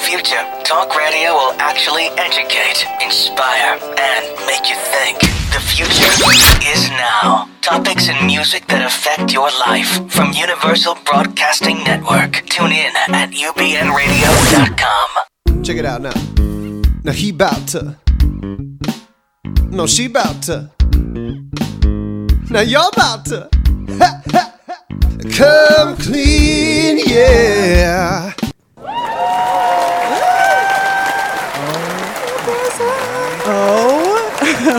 future, talk radio will actually educate, inspire, and make you think. The future is now. Topics and music that affect your life from Universal Broadcasting Network. Tune in at ubnradio.com. Check it out now. Now he bout to. No, she bout to. Now y'all bout to. Come clean, yeah.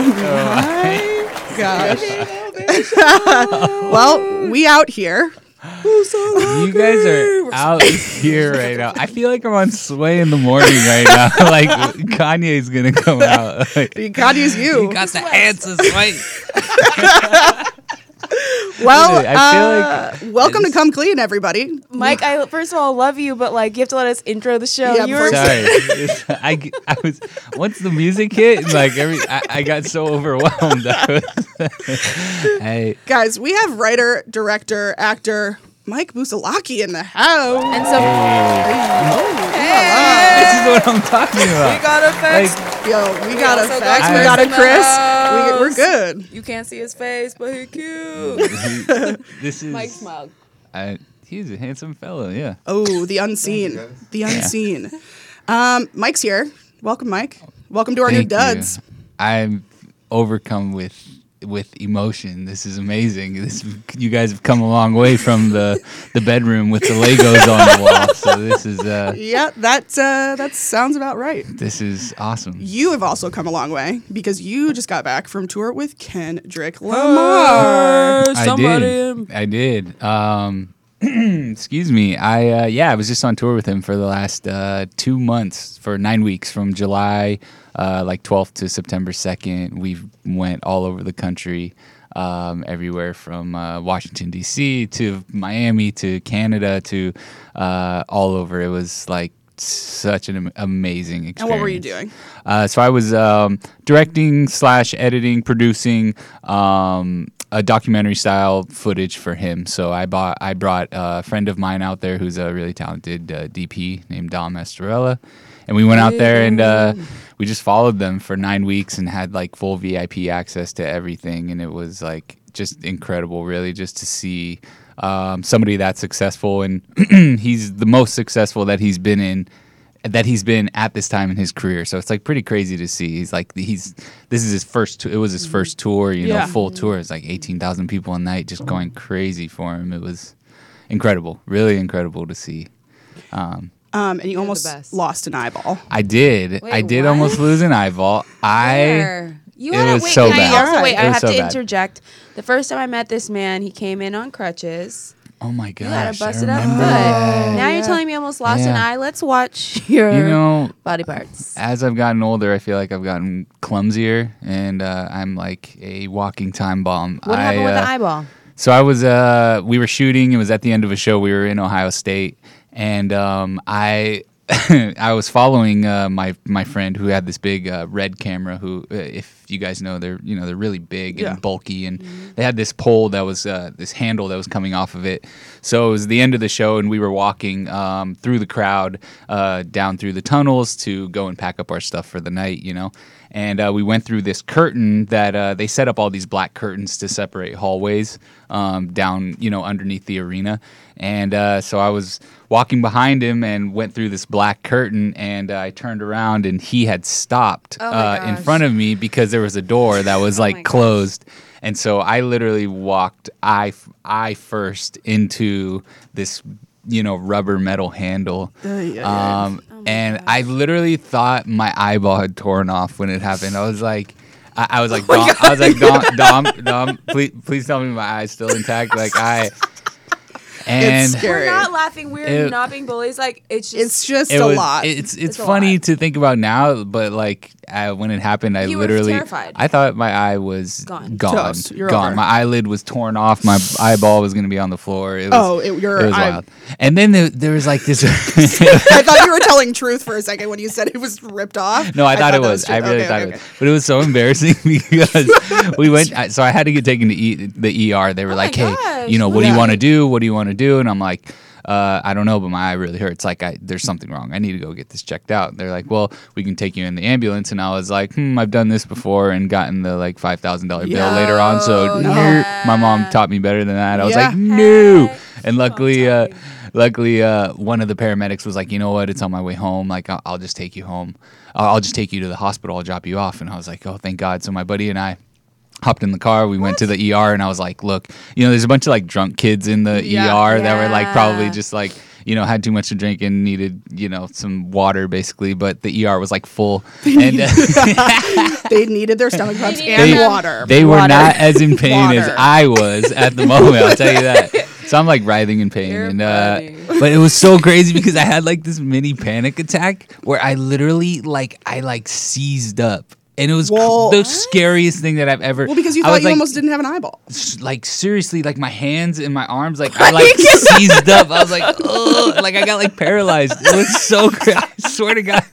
Oh my gosh. Well, we out here. You guys are out here right now. I feel like I'm on Sway in the morning right now. Like Kanye's gonna come out. Like, God use you. Got the answers right. Well, I uh, welcome to Come Clean, everybody. Mike, I first of all love you, but like you have to let us intro the show. Yeah, you uh, of course. sorry, I, g- I was once the music hit, and like every I, I got so overwhelmed. I, was, I Guys, we have writer, director, actor Mike Busalaki in the house. and so this is what I'm talking about. got a fax. Like, Yo, we got a also got fax. We Chris got a in the Chris. house. We, we're good. you can't see his face, but he cute. this is Mike smiled. I, he's a handsome fellow. Yeah. Oh, the unseen. The unseen. Um, Mike's here. Welcome, Mike. Welcome to our new Thank you. duds. I'm overcome with with emotion. This is amazing. This you guys have come a long way from the the bedroom with the Legos on the wall. So this is uh Yeah, that uh, that sounds about right. this is awesome. You have also come a long way because you just got back from tour with Kendrick Lamar. I did. I did. Um excuse me. I uh yeah, I was just on tour with him for the last uh 2 months for 9 weeks from July uh like 12th to September 2nd. We went all over the country. Um, everywhere from uh, Washington D.C. to Miami to Canada to uh, all over. It was like such an am- amazing experience. And what were you doing? Uh, so I was um, directing slash editing, producing um, a documentary style footage for him. So I bought I brought a friend of mine out there who's a really talented uh, DP named Dom Estorella, and we went out there and uh, we just followed them for nine weeks and had like full VIP access to everything, and it was like just incredible, really, just to see. Um, somebody that successful, and he's the most successful that he's been in that he's been at this time in his career. So it's like pretty crazy to see. He's like he's this is his first. It was his first Mm-hmm. tour, you Yeah. know, full tour. It's like eighteen thousand people a night, just going crazy for him. It was incredible, really incredible to see. Um, and you almost best. lost an eyeball. I did. I did what? almost lose an eyeball. I There. You It had was wait, so can I bad. also, wait, It I was have so to bad. interject. The first time I met this man, he came in on crutches. oh my gosh, You had to I bust it up. remember But that. now you're telling me I almost lost an Yeah. eye. Let's watch your You know, body parts. as I've gotten older, I feel like I've gotten clumsier, and uh, I'm like a walking time bomb. What I, happened with uh, the eyeball? So I was uh we were shooting, it was at the end of a show. We were in Ohio State and um I I was following uh, my my friend who had this big uh, red camera. Who, uh, if you guys know, they're you know they're really big Yeah. and bulky, and they had this pole that was uh, this handle that was coming off of it. So it was the end of the show, and we were walking um, through the crowd, uh, down through the tunnels to go and pack up our stuff for the night. You know, and uh, we went through this curtain that uh, they set up all these black curtains to separate hallways um, down, you know, underneath the arena. And uh, so I was walking behind him and went through this black curtain, and uh, I turned around and he had stopped uh, in front of me because there was a door that was like closed. And so I literally walked eye, f- eye first into this, you know, rubber metal handle. Um, and I literally thought my eyeball had torn off when it happened. I was like, I, I was like, Dom, I was like, Dom, Dom, Dom, please, please tell me my eye's still intact. Like I, and it's We're scary. not laughing. We're It- not being bullies. Like it's just It's just it a was- lot. It's it's, a funny lot. to think about now, but like I, when it happened, I You were literally terrified. I thought my eye was Gone. gone, Toast. You're gone. over. My eyelid was torn off. My eyeball was going to be on the floor. It was, Oh, it- your it was eye- wild. And then there, there was like this. I thought you were telling truth for a second when you said it was ripped off. No, I, thought, it that was. true. I really Okay, thought okay, it was. But it was so embarrassing because we went. I- So I Oh had to get taken to e- the ER. They were like, "Hey, gosh, you know, what do yeah. you want to do? What do you want to do?" And I'm like, uh, I don't know, but my eye really hurts. Like, I, there's something wrong. I need to go get this checked out. And they're like, well, we can take you in the ambulance. And I was like, hmm, I've done this before and gotten the like five thousand dollar bill later on. So nope. my mom taught me better than that. I was Yeah. like, no. And luckily, uh, luckily, uh, one of the paramedics was like, you know what? It's on my way home. Like, I'll, I'll just take you home. Uh, I'll, I'll just take you to the hospital. I'll drop you off. And I was like, oh, thank God. So my buddy and I hopped in the car. We went to the ER, and I was like, look, you know, there's a bunch of like drunk kids in the Yeah. ER that were like probably Yeah. just like you know had too much to drink and needed you know some water basically but the er was like full and uh, They needed their stomach pumps needed and them. water. they were not as in pain as Water. I was at the moment. I'll tell you that. So I'm like writhing in pain, You're and uh, funny. but it was so crazy because I had like this mini panic attack where I literally like I like seized up, and it was cr- Well- the scariest thing that I've ever. well, because you I thought was, you like, almost didn't have an eyeball. s- like seriously, like my hands and my arms, like I like seized up. I was like, ugh, like I got like paralyzed. It was so crazy. I swear to God,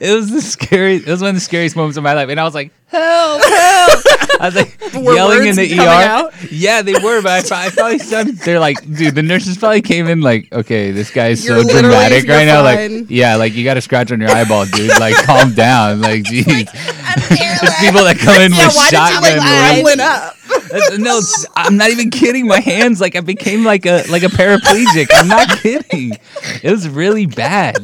it was the scariest. It was one of the scariest moments of my life, and I was like, help, help. I was like Were yelling in words the ER. coming out? Yeah, they were, but I, I probably sounded. They're like, dude, the nurses probably came in like, okay, this guy is You're so literally- dramatic you're right now. fine. Like, yeah, like you got a scratch on your eyeball, dude. Like, calm down. Like, jeez. There's people that come in with why did you shotgun. like wounds. rambling up? That's- no, it's- I'm not even kidding. My hands, like I became like a like a paraplegic. I'm not kidding. It was really bad,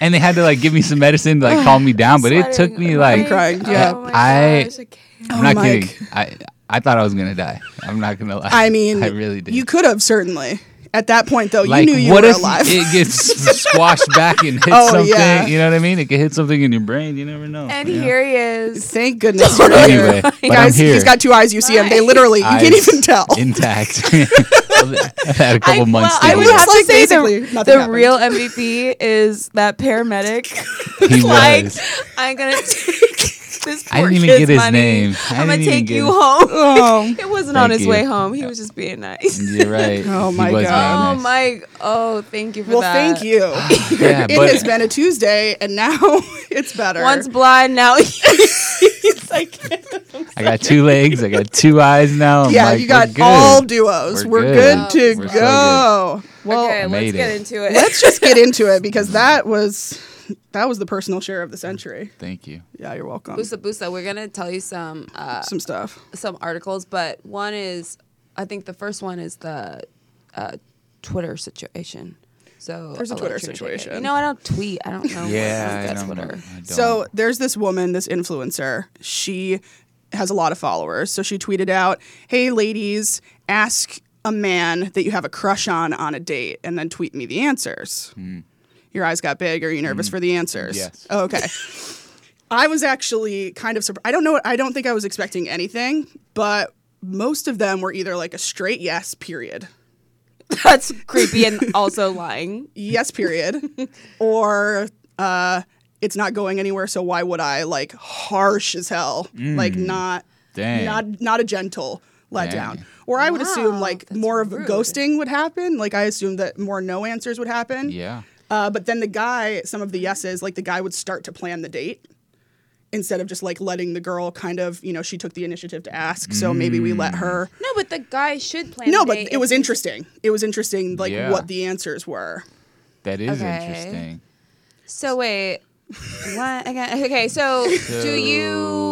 and they had to like give me some medicine to like calm me down. But it took me like uh, crying, yeah. Oh my I- gosh, I can't. I'm not Oh, kidding. Mike. I I thought I was gonna die. I'm not gonna lie. I mean, I really did. You could have certainly. At that point, though, like, you knew you what were if alive. it gets squashed back and hits Oh, something? yeah. You know what I mean? It could hit something in your brain. You never know. And you know? here he is. Thank goodness you're Anyway, here. but I'm Guys, here. he's got two eyes. You see him. They literally, you can't Eyes even tell. intact. I've had a couple months. I to would heal. have It's to like say basically the, nothing the happened. real MVP is that paramedic. He like, was. I'm gonna take this. Poor I didn't even kid's get his money. name. I I'm gonna didn't even take get you it. home. Oh. It wasn't on Thank his you. way home. He was just being nice. You're right. Oh He my was God. Oh, very nice. Mike. Oh, thank you for Well, that. thank you. Yeah, it but- has been a Tuesday, and now it's better. Once blind, now he's like, I got two legs. I got two eyes now. I'm yeah, like, you got we're good. all duos. We're We're, good. good. to We're so go. Well, okay, made let's get it. into it. let's just get into it because that was that was the personal share of the century. Thank you. Yeah, you're welcome. Busa Busa, we're gonna tell you some uh, Some stuff. some articles, but one is, I think the first one is the uh, Twitter situation. So There's a I'll let Twitter you take it. situation. You know, I don't tweet. I don't Oh, know. Yeah, I that's don't, Twitter. I don't. So there's this woman, this influencer. She has a lot of followers. So she tweeted out, Hey, ladies, ask a man that you have a crush on on a date and then tweet me the answers. Your eyes got big. Are you nervous for the answers? Hmm. Yes. Oh, okay. I was actually kind of surprised. I don't know. I don't think I was expecting anything, but most of them were either like a straight yes, period. That's creepy and also lying. yes period or uh it's not going anywhere so why would i like harsh as hell like not Mm. Dang. not not a gentle letdown Dang. or i would assume Wow, like that's more of rude. ghosting would happen like i assume that more no answers would happen yeah. uh, but then the guy some of the yeses like the guy would start to plan the date instead of just like letting the girl kind of you know she took the initiative to ask so maybe we Mm. let her No, but the guy should plan. no the but date it was if- interesting it was interesting like Yeah. what the answers were That is Okay. interesting. So wait, what again? Okay, so, do you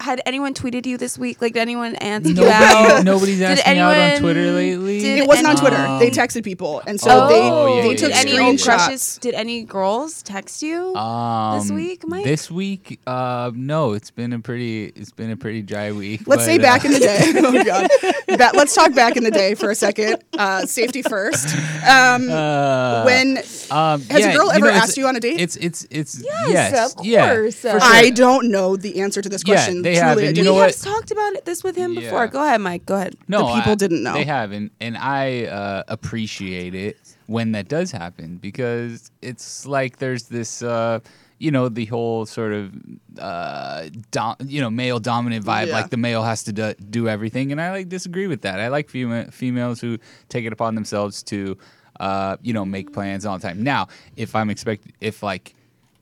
had anyone tweeted you this week? Like, did anyone answer you out? Nobody, nobody's Did asked me out on anyone- Twitter lately. did- It wasn't on And- Twitter. Um, they texted people, and so Oh, they yeah, they yeah, took did any old screenshots. crushes? Did any girls text you this Um, week, Mike? This week, uh, no. It's been a pretty. It's been a pretty dry week. Let's say but, back uh, in the day. Oh god, Ba- let's talk back in the day for a second. Uh, safety first. Um, uh, when um, has a yeah, girl you ever know, it's- asked you on a date? It's it's it's Yes, yes, of yeah, course. for sure. I don't know the answer to this Yeah, question. they Truly, have, I and do you know we not. what? have talked about it, this with him Yeah. before. Go ahead, Mike. Go ahead. no, The people I- didn't know. They haven't, and I uh, appreciate it when that does happen because it's like there's this, uh, you know, the whole sort of, uh, dom- you know, male dominant vibe. Yeah. Like the male has to do-, do everything, and I like disagree with that. I like fema- females who take it upon themselves to, uh, you know, make plans all the time. Now, if I'm expected, if like.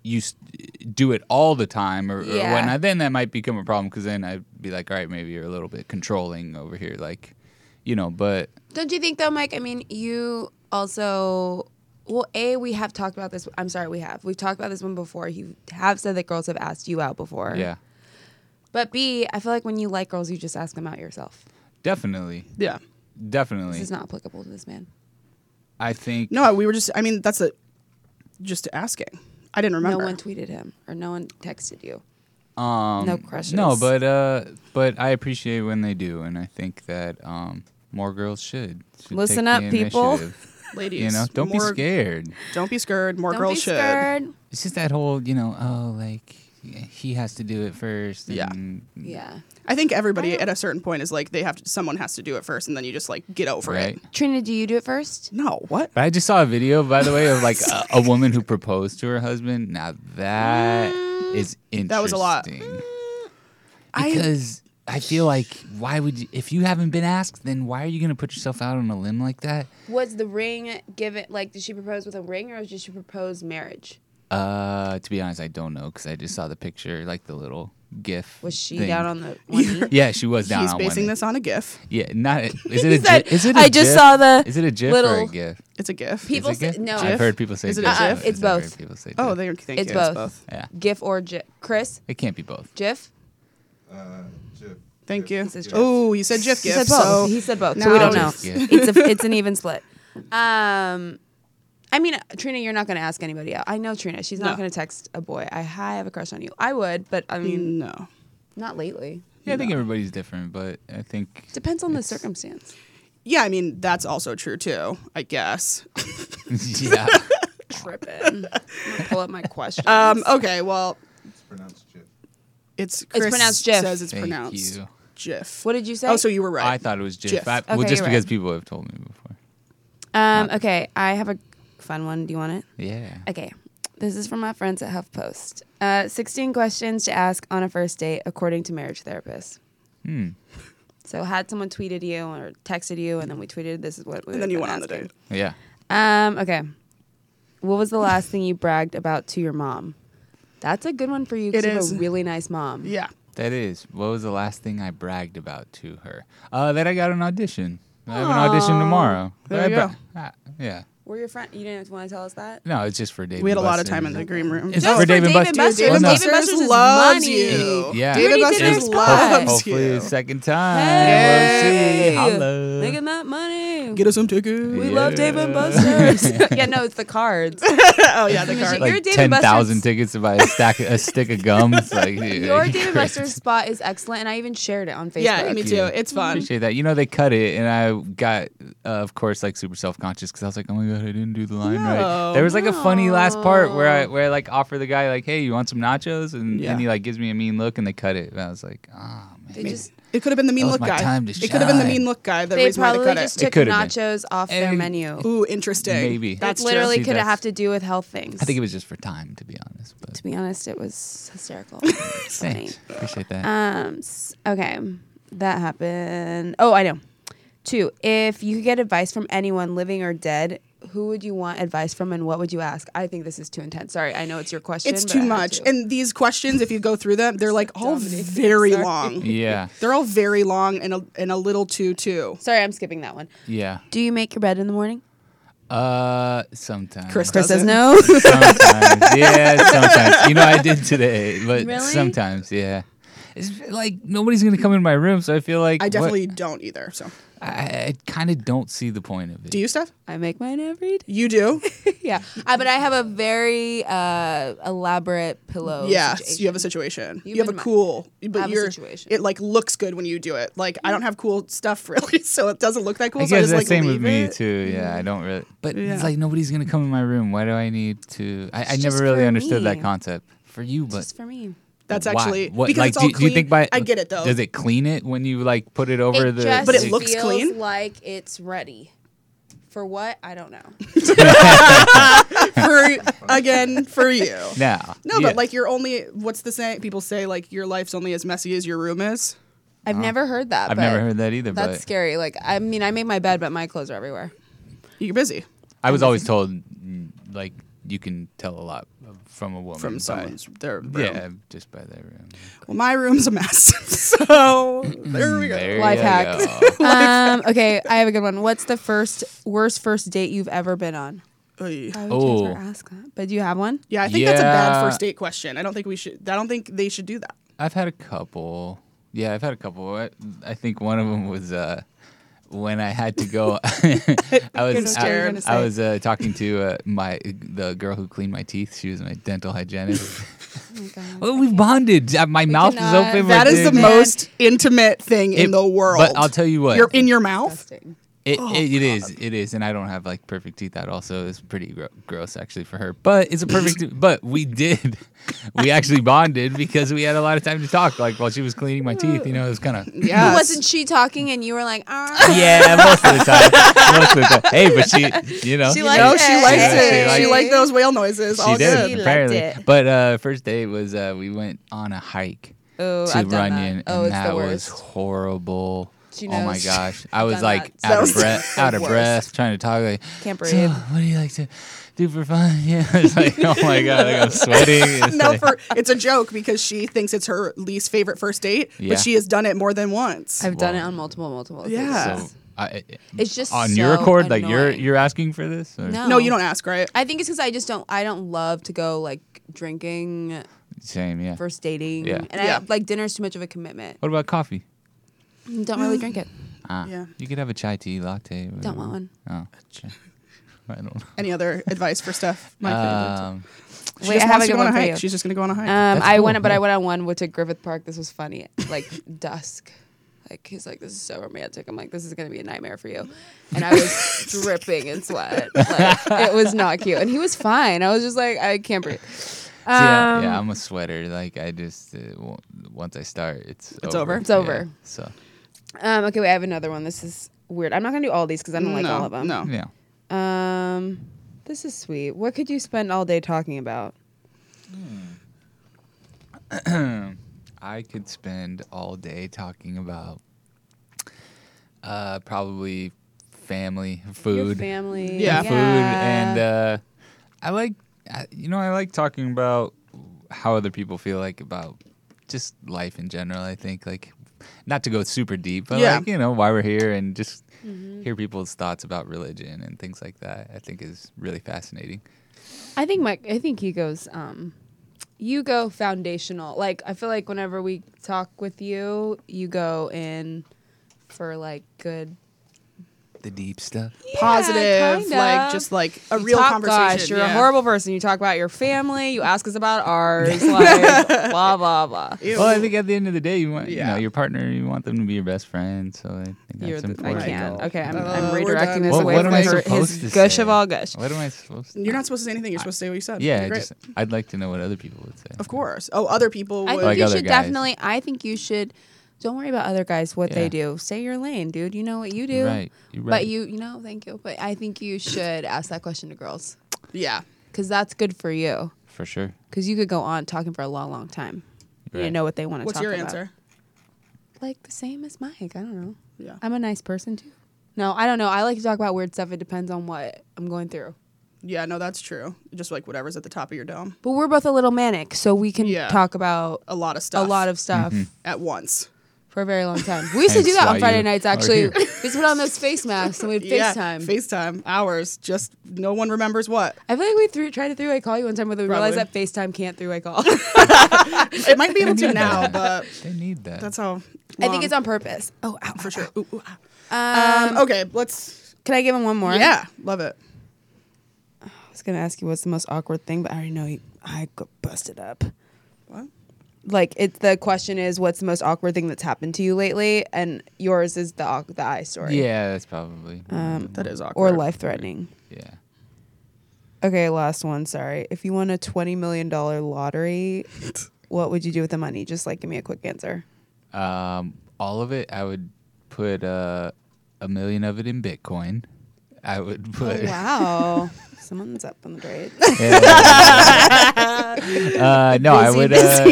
You s- do it all the time, or, or Yeah. whatnot then that might become a problem because then I'd be like, all right, maybe you're a little bit controlling over here, like, you know. But Don't you think though, Mike? I mean, you also well a we have talked about this i'm sorry we have we've talked about this one before you have said that girls have asked you out before Yeah, but b i feel like when you like girls you just ask them out yourself definitely, Yeah. definitely. this is not applicable to this man I think No, we were just. I mean, that's a just asking. I didn't remember. no one tweeted him or no one texted you um no crushes no, but uh, but I appreciate when they do, and I think that um, more girls should, should Listen take up, the people. initiative. Ladies, You know, don't more- be scared. Don't be scared. More Don't girls be should. scared. It's just that whole, you know, oh, like he has to do it first. Yeah. and- yeah I think everybody at a certain point is like they have to, someone has to do it first, and then you just like get over right. it. trina do you do it first No, what? But I just saw a video, by the way, of like a, a woman who proposed to her husband. Now that Mm. is interesting. That was a lot. I Because I, feel like why would you, if you haven't been asked, then why are you going to put yourself out on a limb like that? was the ring given like did she propose with a ring or did she propose marriage Uh, to be honest, I don't know because I just saw the picture, like the little GIF. was she thing. down on the one knee? Yeah, she was down he's on basing one. this on a GIF. Yeah, not. Is it a? said, gi- is it a "I just GIF? saw the Is it a GIF or a little- GIF? It's a GIF. People Is it say GIF? no. I've heard people say Is it a GIF. GIF? I've It's heard both. People say oh, GIF. they thank It's you. both. It's both. Yeah, GIF or GIF. Chris, it can't be both. GIF. Thank you. says GIF. Oh, you said GIF. He GIF. said both. so he said both. So we now- don't know. GIF. It's a, it's an even split. Um, I mean, Trina, you're not going to ask anybody out. I know Trina. She's not No. going to text a boy. I, hi, I have a crush on you. I would, but I mean, no. not lately. Yeah, I think everybody's different, but I think Depends on the circumstance. Yeah, I mean that's also true too. I guess. yeah, Tripping. I'm gonna pull up my question. Um, okay, well, pronounced Chip. it's Chris pronounced GIF. Says it's Thank pronounced you. GIF. what did you say? Oh, so you were right. I thought it was GIF. GIF. I, Okay, well, just you're because right. people have told me before. Um, okay, I have a fun one. Do you want it? Yeah. Okay. This is from my friends at HuffPost. Uh, 16 questions to ask on a first date, according to marriage therapists. Hmm. So, had someone tweeted you or texted you, and then we tweeted, this is what we and then you went on the date. Yeah. Um, okay. What was the last thing you bragged about to your mom? That's a good one for you. 'cause It you have is. a really nice mom. Yeah. That is. What was the last thing I bragged about to her? Uh, that I got an audition. I have an audition tomorrow. There But you I go. ah, yeah. We're your friend. You didn't want to tell us that. No, it's just for David. We had a lot of Buster's. time in the green room. It's No, for it's for David Buster's. David Buster's. David Well, no. Buster's Buster's is loves money. you. Yeah. David Dirty Buster's Dinners loves Pod. Hopefully, you. second time. Hey! We'll see. Holla. Making that money. Get us some tickets. we love Uh, Yeah. David Buster's. yeah, no, it's the cards. Oh yeah, the card. Like- like You're David ten thousand Buster's- tickets to buy a stack, a stick of gum. It's like dude, you're Your David crazy. Buster's spot is excellent, and I even shared it on Facebook. yeah, me too. you. It's fun. Appreciate that. You know they cut it, and I got, uh, of course, like super self conscious because I was like, "Oh my god, I didn't do the line right." No, There was like a funny last part where I where I like offer the guy like, "Hey, you want some nachos?" and, Yeah. and he like gives me a mean look, and they cut it. And I was like, "Ah, man." They just It could have been the mean That look was my guy. time to it could have been the shine. mean look guy. The they reason why they probably cut just it. It took could've been. nachos off their And- menu. Ooh, interesting. Maybe. That's That's literally See, could that's- have to do with health things. I think it was just for time, to be honest. But to be honest, it was hysterical. It's funny. thanks, appreciate that. Um. s- Okay, that happened. Oh, I know. Two. If you could get advice from anyone, living or dead, who would you want advice from, and what would you ask? I think this is too intense. Sorry, I know it's your question. It's but too I had much. to. And these questions, if you go through them, they're like all very long. yeah, They're all very long and a, and a little too too. sorry, I'm skipping that one. yeah. Do you make your bed in the morning? Uh, sometimes. Chris Chris says Doesn't. no. sometimes. yeah, sometimes. You know, I did today, but Really? sometimes, yeah. It's like nobody's gonna come in my room, so I feel like I what- definitely don't either. So, I, I kind of don't see the point of it. do you, Steph? I make mine every day. You do? Yeah, uh, but I have a very uh, elaborate pillow. yes, situation. you have a situation. You, You've have a been my- cool, but I have a you're situation. it like looks good when you do it. Like I don't have cool stuff really, so it doesn't look that cool. I so I just guess that's like same leave with me it. Mm. too. Yeah, I don't really. But Yeah. it's like nobody's gonna come in my room. Why do I need to? I, I never just really for understood that me. concept. For you, but Just for me. That's why? actually what, because like, it's all do, clean. do you think by I get it though. Does it clean it when you like put it over the? just But it looks feels clean? Like it's ready. For what? I don't know. for again for you? no. No, but like you're only what's the saying? People say like your life's only as messy as your room is. I've never heard that. I've but never heard that either. That's but scary. Like I mean, I make my bed, but my clothes are everywhere. You're busy. I was always told, mm, like, you can tell a lot of- from a woman by- from someone's their room. Mm, Yeah, just by their room. Well, my room's a mess, so there we go. There Life you hack. go. Um, okay, I have a good one. What's the first worst first date you've ever been on? Mm. Oy. I would never Oh. ask that. But do you have one? Yeah, I think that's a bad Yeah. first date question. I don't think we should. I don't think they should do that. I've had a couple. Yeah, I've had a couple. I, I think one of them was uh, when I had to go. I was what you're I, gonna I say. was uh, talking to uh, my the girl who cleaned my teeth. She was my dental hygienist. Oh well, we bonded. Uh, My mouth was cannot- open. That my is the dick- most intimate thing in It- the world. But I'll tell you what. You're in Oh your mouth. It, it, it is. It is. And I don't have like perfect teeth. That also is pretty gro- gross actually for her. But it's a perfect. but we did. We actually bonded because we had a lot of time to talk. Like while she was cleaning my teeth, you know, it was kind of. Yeah. Wasn't she talking and you were like, ah? Yeah, most of the time. most of the time. Hey, but she, you know, She she liked No, she Yeah, liked she it. liked She it. liked those whale noises. All did good. She liked apparently. it. But uh, first date was uh, we went on a hike Oh, to I've done that. Runyon, Oh, and it's the that was worst. horrible. She Oh my knows. gosh, I was done like that. out of That was breath, out of worst. breath, trying to talk. Like, Can't "So, breathe." what do you like to do for fun? Yeah, it's like, oh my god, like I'm sweating. It's No, like- for it's a joke because she thinks it's her least favorite first date, Yeah. but she has done it more than once. I've done it on multiple, multiple. occasions. Yeah. so, I, It's just on your so accord, like you're annoying. you're asking for this. Or? No. no, you don't ask, right? I think it's because I just don't. I don't love to go like drinking, same, yeah. first dating, Yeah. and Yeah. I like dinner's too much of a commitment. what about coffee? Don't really drink it. Ah, Yeah. You could have a chai tea latte. or Don't whatever. want one. Oh, okay. I don't know. Any other advice for Steph? My Uh, Um, She Wait, just I have wants a to good go on a one for hike. you. She's just gonna go on a hike. Um, That's I cool, went, but yeah. I went on one which at Griffith Park. This was funny. Like dusk. Like he's like, this is so romantic. I'm like, this is gonna be a nightmare for you. And I was dripping in sweat. Like, it was not cute. And he was fine. I was just like, I can't breathe. so yeah, Um, yeah, I'm a sweater. Like I just uh, w- once I start, it's It's over? It's Yeah, over. So Um, okay, wait, I have another one. This is weird. I'm not gonna do all these because I don't like no, all of them. No. yeah, Um, this is sweet. What could you spend all day talking about? I could spend all day talking about uh, probably family, Your food, family. Yeah. food, and uh, I like I, you know I like talking about how other people feel like about just life in general. I think like not to go super deep, but Yeah. like you know why we're here and just Mm-hmm. hear people's thoughts about religion and things like that. I think is really fascinating. I think Mike. I think he goes. Um, you go foundational. Like I feel like whenever we talk with you, you go in for like good The deep stuff. Positive, kinda. like just like a You real talk- conversation. Gosh, you're yeah. a horrible person. You talk about your family. You ask us about ours. Like blah blah blah. Ew. Well, I think at the end of the day, you want you Yeah. know your partner, you want them to be your best friend. So I think that's You're the, I important. can't. Okay, I'm, Uh, I'm we're done. redirecting this What, away what am I from her- supposed his to gush say? of all gush. What am I supposed to? You're not supposed to say anything. You're supposed to say what you said. Yeah, You're I great. just I'd like to know what other people would say. of course. Oh, other people I would. think Like you other should guys. definitely. I think you should. Don't worry about other guys what they Yeah. do. Stay your lane, dude. You know what you do. You're right. You're But right. you, you know, thank you. But I think you should ask that question to girls yeah. because that's good for you. for sure. Because you could go on talking for a long, long time. You Right. know what they want to talk What's your about. answer? Like the same as Mike. I don't know. Yeah. I'm a nice person too. No, I don't know. I like to talk about weird stuff. It depends on what I'm going through. Yeah. No, that's true. Just like whatever's at the top of your dome. But we're both a little manic, so we can Yeah. talk about A lot of stuff. a lot of stuff. at once. for a very long time. We used to Mm-hmm. do Hence that on why Friday you nights. are Actually, here. we used to put on those face masks and we'd Yeah, FaceTime. FaceTime. Hours. Just no one remembers what. I feel like we threw, tried to three-way call you one time, but we realized that Probably. FaceTime can't three-way call. It might be able to Yeah. now, but They need that. that's how. I think it's long. on purpose. Oh, ow, for sure. Ooh, ooh, ah. Um, Um, okay, let's. can I give him one more? Yeah, love it. I was gonna ask you what's the most awkward thing, but I already know he, I got busted up. What? Like it's the question is what's the most awkward thing that's happened to you lately, and yours is the awk- the eye story. yeah, that's probably That is awkward. Um, Or life threatening. yeah. Okay, last one. Sorry. If you won a twenty million dollar lottery, what would you do with the money? Just like give me a quick answer. Um, all of it, I would put uh, a million of it in Bitcoin. I would put. Wow. Someone's up on the grade. Uh, no, I would. Uh,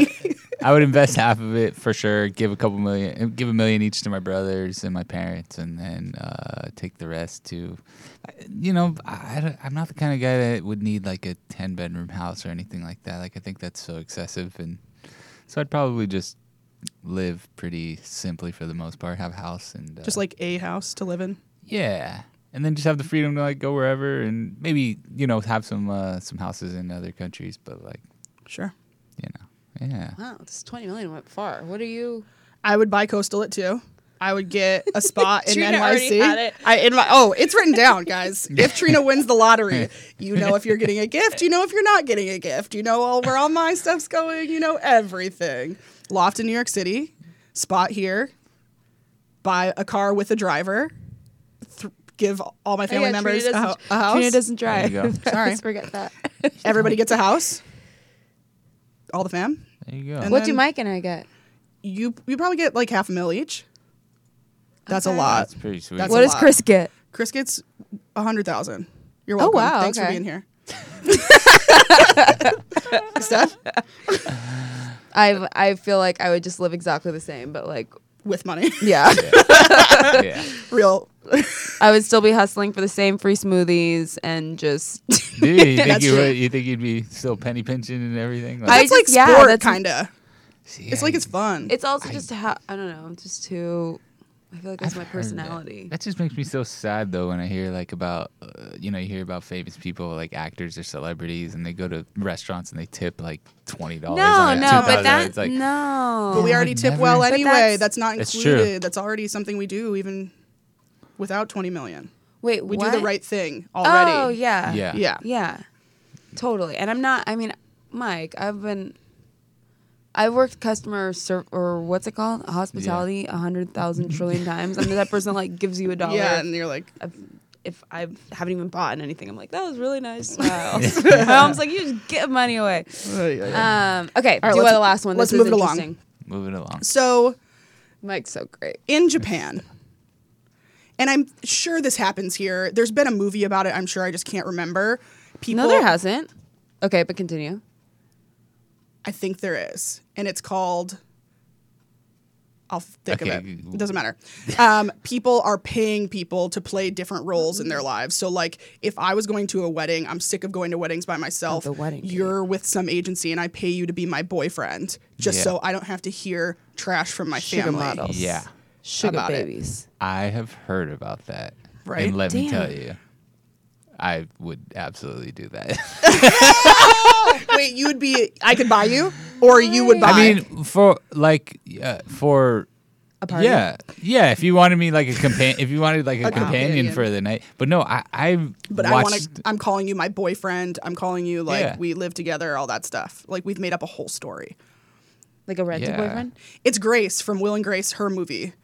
I would invest half of it for sure. Give a couple million, give a million each to my brothers and my parents, and then uh, take the rest to, you know, I, I don't- I'm not the kind of guy that would need like a ten bedroom house or anything like that. Like I think that's so excessive, and so I'd probably just live pretty simply for the most part. Have a house and uh, Just like a house to live in. yeah. And then just have the freedom to like go wherever and maybe, you know, have some uh, some houses in other countries, but like, Sure. you know. Yeah. Wow, Oh, this 20 million went far. What are you? I would buy coastal it too. I would get a spot in Trina already NYC. had it. I in my oh, it's written down, guys. if Trina wins the lottery, you know if you're getting a gift, you know if you're not getting a gift, you know all where all my stuff's going, you know everything. Loft in New York City, spot here. Buy a car with a driver. Th- give all my family Oh, yeah, Trina members a, ho- doesn't- a house. Trina doesn't There you drive. go. Sorry, forget that. everybody gets a house. All the fam. There you go. And what do then- Mike and I get? You you probably get like half a mil each. That's a Okay. lot. That's pretty sweet. That's What a does lot. Chris get? Chris gets a hundred thousand. You're welcome. Oh, wow, Thanks for okay. being here. I I feel like I would just live exactly the same, but like With money. yeah, yeah. Real I would still be hustling for the same free smoothies and just. Dude, you think That's you true. would, you think you'd be still penny pinching and everything? I It's like just- yeah, sport that's- kinda. see, It's I- like it's fun. it's also just how I don't know. I'm just too. I feel like that's my personality. That just makes me so sad though when I hear like about uh, you know you hear about famous people like actors or celebrities and they go to restaurants and they tip like twenty dollars. No, no, but that's that it's like no. but we I already would tip never- well But anyway. that's- That's, not That's included. true. That's already something we do even without twenty million. Wait, We what? do the right thing already. Oh yeah. yeah Yeah. Yeah, totally. And I'm not. I mean, Mike, I've been. I've worked customer ser- or what's it called hospitality a hundred thousand trillion times, and that person like gives you a dollar. Yeah, and you're like I've- if I haven't even bought anything, I'm like, that was really nice. Wow. My mom's like, you just give money away. Um, okay, do let's- the last one. let's This move is it along. interesting. moving along. so Mike's so great. in Japan. And I'm sure this happens here. There's been a movie about it. I'm sure I just can't remember. People No, there hasn't. Okay, but continue. I think there is, and it's called. I'll think of Okay. it. It doesn't matter. Um, people are paying people to play different roles in their lives. So, like, if I was going to a wedding, I'm sick of going to weddings by myself. Oh, the wedding date. You're with some agency, and I pay you to be my boyfriend, just Yeah. so I don't have to hear trash from my Sugar family. models. Yeah, Sugar About it. babies. I have heard about that. Right? And let me Damn. tell you, I would absolutely do that. Wait, you would be? I could buy you, or you would buy? I mean, for like uh, for A party. Yeah, yeah. If you wanted me like a companion, if you wanted like a, companion companion. for the night, but no, I I but I watched. want to. I'm calling you my boyfriend. I'm calling you like Yeah. we live together, all that stuff. Like we've made up a whole story. Like a rented Yeah. boyfriend. It's Grace from Will and Grace, her movie.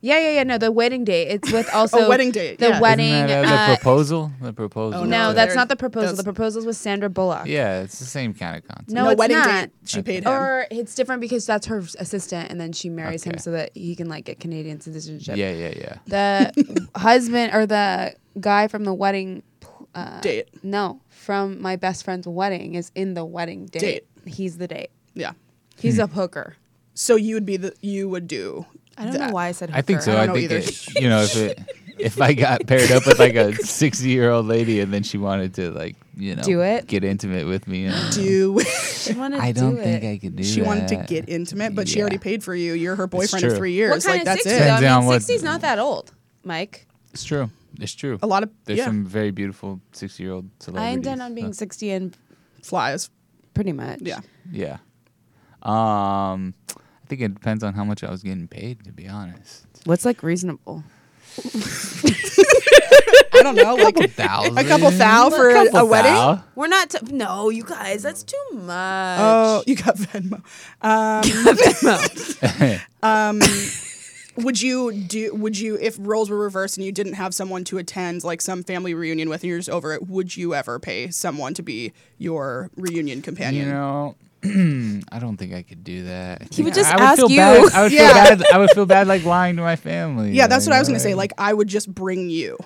Yeah, yeah, yeah. No, the wedding date. It's with also wedding date, The yeah. wedding. Isn't that, uh, uh, the proposal. The proposal. Oh, no, No, that's there- not the proposal. The that's- proposal was Sandra Bullock. Yeah, it's the same kind of concept. No, No, it's wedding not. date. She paid him. Or it's different because that's her assistant, and then she marries him Okay. so that he can like get Canadian citizenship. Yeah, yeah, yeah. The husband or the guy from the wedding pl- uh, Date. No, from my best friend's wedding is in the wedding date. He's the date. Yeah. He's a hooker. So you would be the you would do. I don't know why I said. Hooker. I think so. I, know think either. it, you know if it, if I got paired up with like a sixty year old lady and then she wanted to like you know Do it? get intimate with me. And, Do She wanted to I don't do think it. I could do. she wanted to that. get intimate, but she Yeah. already paid for you. You're her boyfriend of true. three years. What kind like of that's 60, it. though? Depends I on mean, what- 60's not that old, Mike. It's true. It's true. A lot of There's yeah, some very beautiful sixty year old I celebrities. intend on being so- 60 and flies. pretty much. Yeah. Yeah. Um, I think it depends on how much I was getting paid. To be honest, What's like reasonable? I don't know. Like thousand. a couple thou for a, Couple wedding. thou. We're not. T- no, you guys, that's too much. Oh, you got Venmo. Um, would you do? Would you, if roles were reversed and you didn't have someone to attend, like some family reunion with, and you're just over it, would you ever pay someone to be your reunion companion? You know, I don't think I could do that. He would just I would ask feel you. Bad. I would Yeah. feel bad. I would feel bad like lying to my family. yeah, that's what I was gonna like, say. Like, I would just bring you.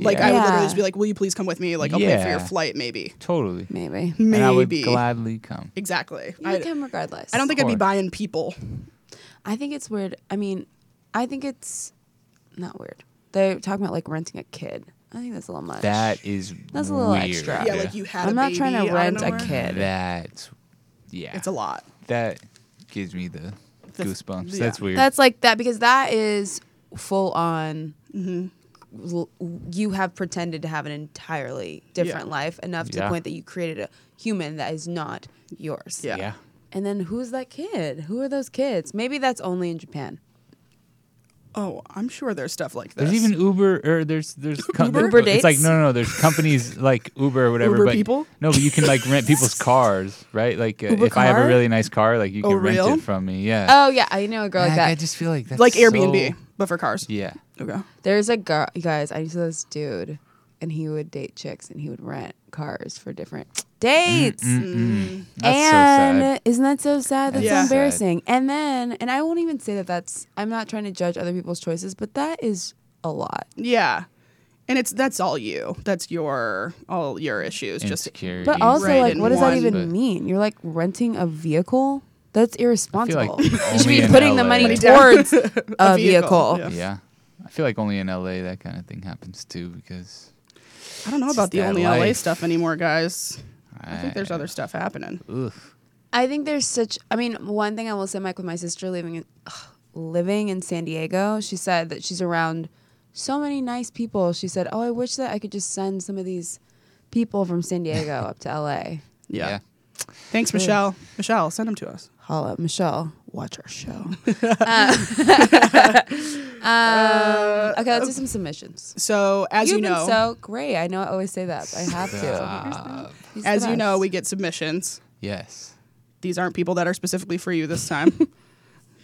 Like I would literally Yeah. just be like, "Will you please come with me? Like I'll pay for your Yeah. flight, maybe." Totally. Maybe. Maybe. And I would gladly come. exactly. You I, would come regardless. I don't think I'd be course. buying people. I think it's weird. I mean, I think it's not weird. They're talking about like renting a kid. I think that's a little much. That is That's a little weird. extra. Yeah, like you had. I'm a not trying baby to out of rent a nowhere. kid. That, yeah, It's a lot. That gives me the The- goosebumps. yeah. That's weird. That's like that because that is full on. l- You have pretended to have an entirely different life enough to Yeah. the point that you created a human that is not yours. Yeah. yeah. And then who's that kid? Who are those kids? Maybe that's only in Japan. Oh, I'm sure there's stuff like this. There's even Uber or there's there's com- Uber? Uber It's like dates? no no no. There's companies like Uber or whatever. Uber but people? No, but you can like rent people's cars, right? Like uh, Uber if I have a car? really nice car, like you can Oh, rent real? it from me. Yeah. Oh yeah, I know a girl like I, I that. just feel like that's like so- Airbnb, but for cars. yeah. Okay. There's a girl, you guys. I used to know this dude, and he would date chicks, and he would rent cars for different dates. Mm, Mm. That's and so sad. isn't that so sad? That's Yeah. so embarrassing. And then, and I won't even say that that's. I'm not trying to judge other people's choices, but that is a lot. Yeah. And it's that's all you. That's your all your issues. Just Insecurity. But also, Right, like, and what does one- that even But- mean? You're like renting a vehicle. That's irresponsible. you only should be in putting the LA. money Money down. towards a, A vehicle. vehicle, yeah. Yeah. I feel like only in LA that kind of thing happens too because I don't know about the that only LA life. stuff anymore, guys. I think there's other stuff happening. ugh, I think there's such. I mean, one thing I will say, Mike, with my sister living in ugh, living in San Diego, she said that she's around so many nice people. She said, "Oh, I wish that I could just send some of these people from San Diego up to L.A." Yeah. Thanks, Michelle. Michelle, send them to us. Holla, Michelle. Watch our show. Um, okay, let's do some submissions. So Uh, as you You've been know, so great. I know I always say that. but I have to. He's the as you know, best. we get submissions. Yes. These aren't people that are specifically for you this time.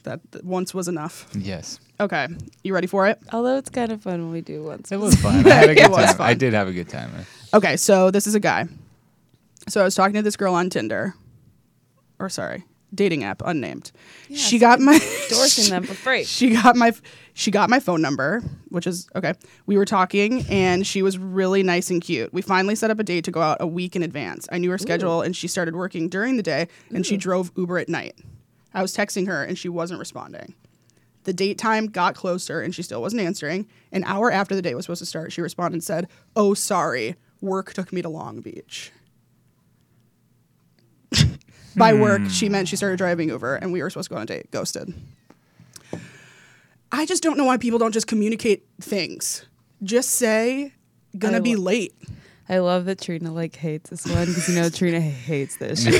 that that once was enough. Yes. Okay, you ready for it? Although it's kind of fun when we do once. It was fun. I had a good was time. I fun. did have a good time. Okay, so this is a guy. So I was talking to this girl on Tinder, or sorry, dating app, unnamed. she got my Endorsing them for free. She got my she got my phone number, which is okay. We were talking and she was really nice and cute. We finally set up a date to go out a week in advance. I knew her schedule and she started working during the day and she drove Uber at night. I was texting her and she wasn't responding. The date time got closer and she still wasn't answering. An hour after the date was supposed to start, she responded and said, "Oh, sorry. Work took me to Long Beach." By work, she meant she started driving Uber and we were supposed to go on a date. Ghosted. I just don't know why people don't just communicate things. Just say gonna I be lo- late. I love that Trina like hates this one because you know Trina hates this shit.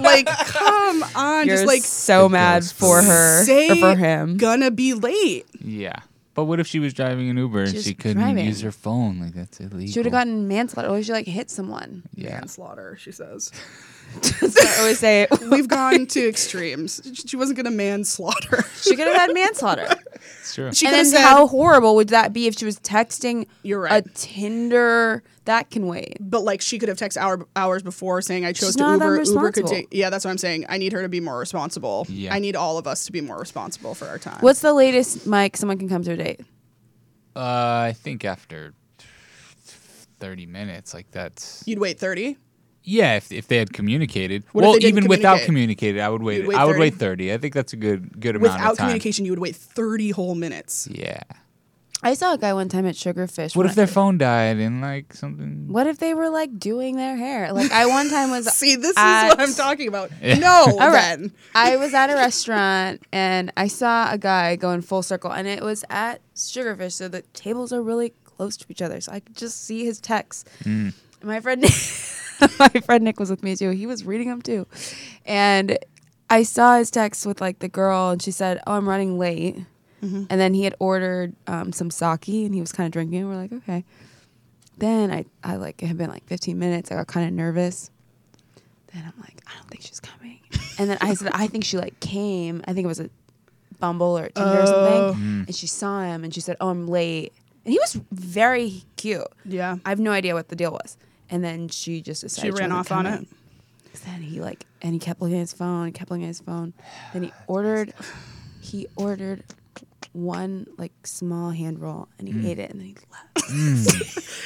like, come on, You're just like so mad for her say or for him. gonna be late. Yeah. But what if she was driving an Uber and She she was couldn't driving. use her phone? Like that's illegal. She would have gotten manslaughter, or she like hit someone. Yeah. Manslaughter, she says. That's what I always say. We've gone to extremes. She wasn't gonna manslaughter. She could have had manslaughter. It's true. She could and have then said, how horrible would that be if she was texting You're right. a Tinder that can wait. but like she could have texted hour, hours before saying I chose She's to not that Uber. Uber could responsible. take. Yeah, that's what I'm saying. I need her to be more responsible. Yeah. I need all of us to be more responsible for our time. What's the latest, Mike? Someone can come to a date. Uh, I think after thirty minutes, like that's You'd wait thirty. yeah. If, if they had communicated, What if well, they didn't even without communicate? communicated, I would wait. You'd wait I would 30? wait thirty. I think that's a good good amount Without of time. communication, you would wait thirty whole minutes. Yeah. I saw a guy one time at Sugarfish. What when if their I- phone died and like something? What if they were like doing their hair? Like I one time was See, this at- is what I'm talking about. No, All right. then. I was at a restaurant and I saw a guy going full circle, and it was at Sugarfish, so the tables are really close to each other, so I could just see his texts. My friend, my friend Nick was with me too. He was reading them too, and I saw his text with like the girl, and she said, "Oh, I'm running late," and then he had ordered um, some sake, and he was kind of drinking. and We're like, okay. Then I, I like it had been like 15 minutes. I got kind of nervous. Then I'm like, I don't think she's coming. And then I said, I think she like came. I think it was a Bumble or a Tinder or something. And she saw him and she said, Oh, I'm late. And he was very cute. Yeah. I have no idea what the deal was. And then she just decided She ran wasn't off on coming. it? So Then he like, and he kept looking at his phone, kept looking at his phone. Then he ordered, he ordered one like small hand roll and he ate it and then he left.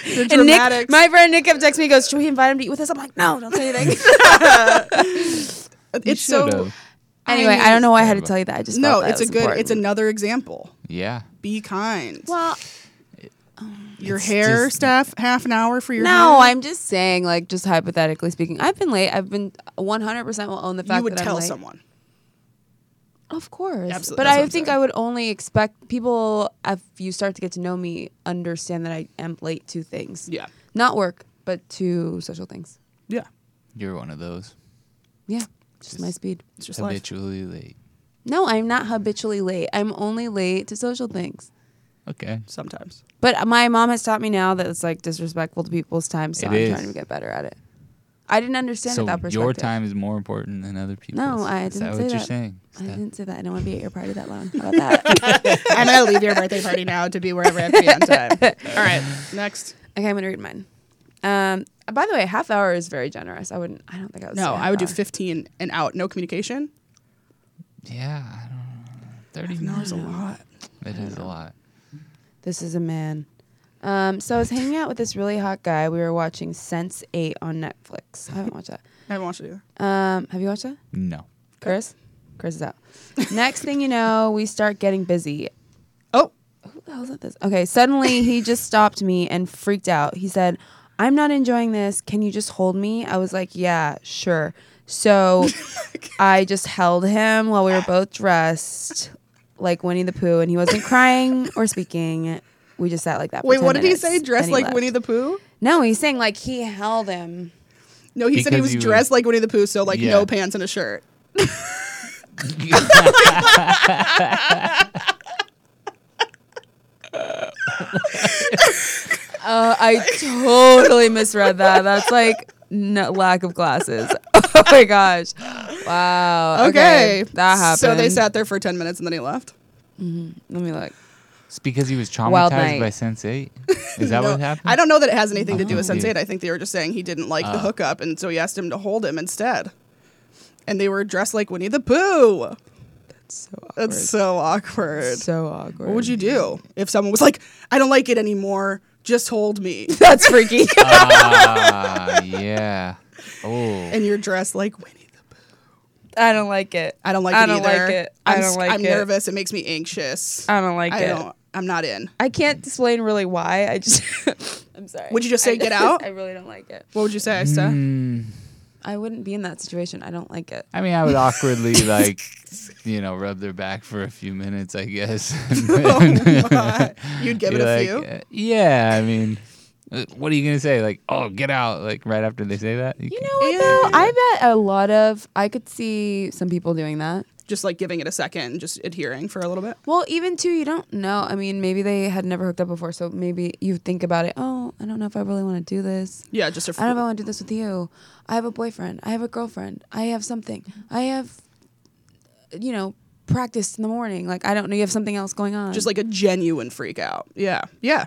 The And Nick, dramatics. my friend Nick kept texting me, he goes, Should we invite him to eat with us? I'm like, No, don't say anything. it's so anyway, I don't know why I had to tell you that. I just no. felt that It's a was good. It's important. another example. Yeah. Be kind. well. your hair just- stuff. Half an hour for your No, hair? I'm just saying, like, just hypothetically speaking, I've been late. I've been 100 percent will own the fact you would that tell I'm late. someone. Of course. Absolutely. But That's what I I'm think saying. I would only expect people, if you start to get to know me, understand that I am late to things. Yeah. Not work, but to social things. Yeah, You're one of those. Yeah. Just, my speed. it's just life. Habitually late. No, I'm not habitually late. I'm only late to social things. Okay. Sometimes But my mom has taught me now that it's like disrespectful to people's time, so It I'm is. trying to get better at it. I didn't understand So it that perspective. your time is more important than other people's. No, I Is didn't that say what you're that. saying? Is I that- didn't say that. I don't want to be at your party that long. How about that? I'm gonna leave your birthday party now to be wherever I have to be on time. All right, next. Okay, I'm gonna read mine. Um, by the way, half hour is very generous. I wouldn't. I don't think I would. No, say I would do half hour. 15 and out, no communication. Yeah, I don't know. 30 No, it's minutes. a lot. It is a lot. This is a man. Um, so I was hanging out with this really hot guy. We were watching Sense Eight on Netflix. I haven't watched that. I haven't watched it either. Um, have you watched that? No. Chris, Chris is out. Next thing you know, we start getting busy. Oh, Who the hell is this? Okay, suddenly he just stopped me and freaked out. He said, "I'm not enjoying this. Can you just hold me?" I was like, "Yeah, sure." So I just held him while we were both dressed like Winnie the Pooh, and he wasn't crying or speaking. We just sat like that. for wait, 10 what did he minutes, say? Dressed then he like left. Winnie the Pooh? No, he's saying like he held him. No, he said he Because was he was- dressed like Winnie the Pooh, so like Yeah. no pants and a shirt. Uh, I totally misread that. That's like no, lack of glasses. Oh my gosh! Wow. Okay. that happened. So they sat there for 10 minutes and then he left. Let me look. It's because he was Wild traumatized by night. Sense 8. Is that No, what happened? I don't know that it has anything to do with Oh, Ah. Sense8. dude. I think they were just saying he didn't like the hookup, and so he asked him to hold him instead. And they were dressed like Winnie the Pooh. So That's so awkward. So awkward. what would you do if someone was like, I don't like it anymore, just hold me? That's freaky. Ah, yeah. Oh. And you're dressed like Winnie the Pooh. I don't like it. I don't like I it don't either. like it. I I'm don't s- like I'm it. nervous. It makes me anxious. I don't like I it. don't. I'm not in. I can't explain really why. I just. I'm sorry. Would you just say, I- "Get out"? I really don't like it. What would you say, Esta? Mm. I wouldn't be in that situation. I don't like it. I mean, I would awkwardly, like, you know, rub their back for a few minutes, I guess. And then- Oh You'd give it Be a like, few. uh, Yeah, I mean, uh, what are you gonna say? Like, oh, get out! Like right after they say that. You can't- know what though? I bet a lot of I could see some people doing that. Just like giving it a second, just adhering for a little bit. Well, even too, you don't know. I mean, maybe they had never hooked up before, so maybe you think about it. Oh, I don't know if I really want to do this. Yeah, just a I don't know if I few. want to do this with you. I have a boyfriend. I have a girlfriend. I have something. I have, you know, practice in the morning. Like I don't know. You have something else going on. Just like a genuine freak out. Yeah. Yeah.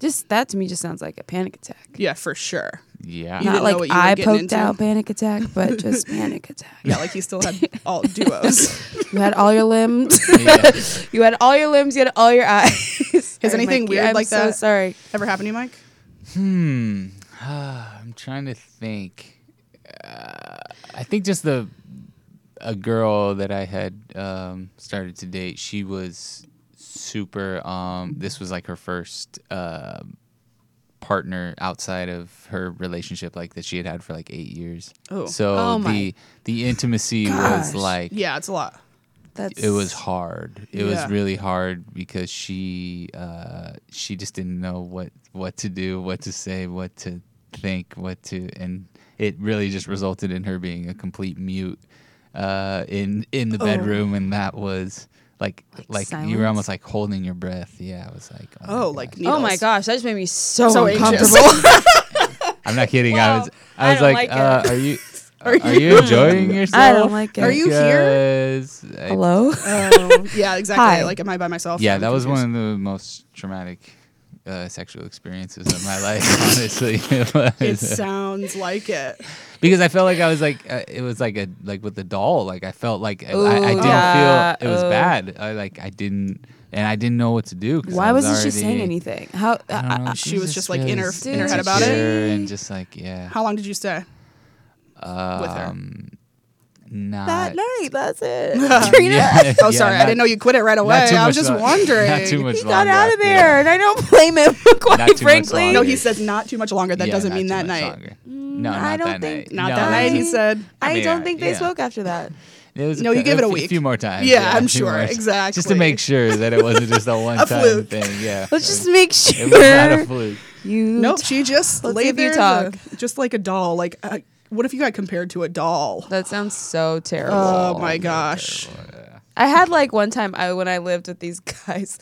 just that to me just sounds like a panic attack. Yeah, for sure. Yeah. You Not didn't know like what you were I getting poked into. out panic attack, but just panic attack. Yeah, like he still had all duos. You had all your limbs. Yeah. you had all your limbs. You had all your eyes. Has anything weird I'm like so that- Sorry. Ever happen to you, Mike? Hmm. I'm trying to think. Uh, I think just the a girl that I had um, started to date. She was super. Um, this was like her first uh, partner outside of her relationship, like that she had had for like eight years. Oh. so Oh my the the intimacy was gosh. like Yeah, it's a lot. That's it was hard. It Yeah. was really hard because she uh, she just didn't know what what to do, what to say, what to think, what to, and it really just resulted in her being a complete mute uh, in in the bedroom, and that was like like, Like you were silence? almost like holding your breath. Yeah, I was like, oh, my Oh, like gosh. needles. Oh, Oh my gosh, that just made me so, So anxious. uncomfortable. I'm not kidding. I Wow. was I I was don't like, like uh, it. are you? Are you enjoying yourself? like it. Are you here? Because I- Hello? Oh, yeah, exactly. Hi. Like, am I by myself? Yeah, I'm that was confused. one of the most traumatic uh, sexual experiences of my life. Honestly, it was. It sounds like it. because I felt like I was like uh, it was like a like with the doll. Like I felt like I, I, I Ooh, didn't yeah, feel it was ooh. bad. I like I didn't. and I didn't know what to do. 'cause I Why was wasn't she saying already- anything? How? I Uh, don't know, She was just, like, really in her- s- in her head insecure about it. and just like yeah, How long did you stay with her? Um, not. that night. That's it. Trina. Oh, sorry. I didn't know you quit it right away. too I much was just lo- wondering. Not too much He got longer out after of that. there, and I don't blame him. Not too Quite much frankly, longer. No, he says not too much longer. That Yeah, doesn't not mean too that much night. longer. No, I not don't that think- night. Not No, that night. He said. I I, mean, don't I- think they yeah. spoke after that. It was No, you cou- give it a f- week. few more times. Yeah, I'm a few sure. more times. Just to Exactly. make sure that it wasn't just a one time fluke. thing. Yeah. Let's just make It was not sure a fluke. you. Nope. She just Let's lay see if you there, talk. the- just like a doll. Like, uh, what if you got compared to a Oh, doll? that sounds so terrible. Oh my gosh. I had like one time I when I lived with these guys.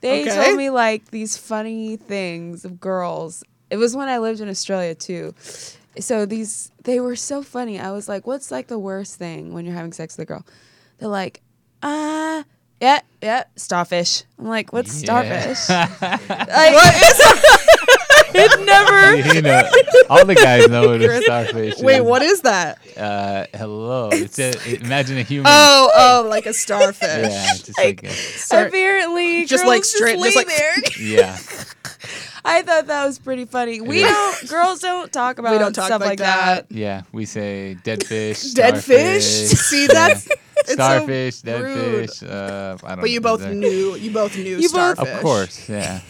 they Okay. told me like these funny things of girls. It was when I lived in Australia too. So these they were so funny. I was like, what's like the worst thing when you're having sex with a girl? They're like, ah, yeah, yeah, starfish. I'm like, what's Yeah. starfish? like, what is it? never you know, all the guys know what a starfish is. Wait, what is that? Uh, hello. It's a, imagine a human. Oh, oh, like a starfish. yeah, just like, a, apparently Just, girls like, straight- lay just, like- there. yeah. I thought that was pretty funny. We is. don't girls don't talk about don't talk stuff like like, that. Yeah, we say dead fish. Dead fish? starfish, See, yeah. that's- so starfish, dead rude. fish. Uh, I don't But you know both exactly. knew. You both knew You both- starfish. Of course, yeah.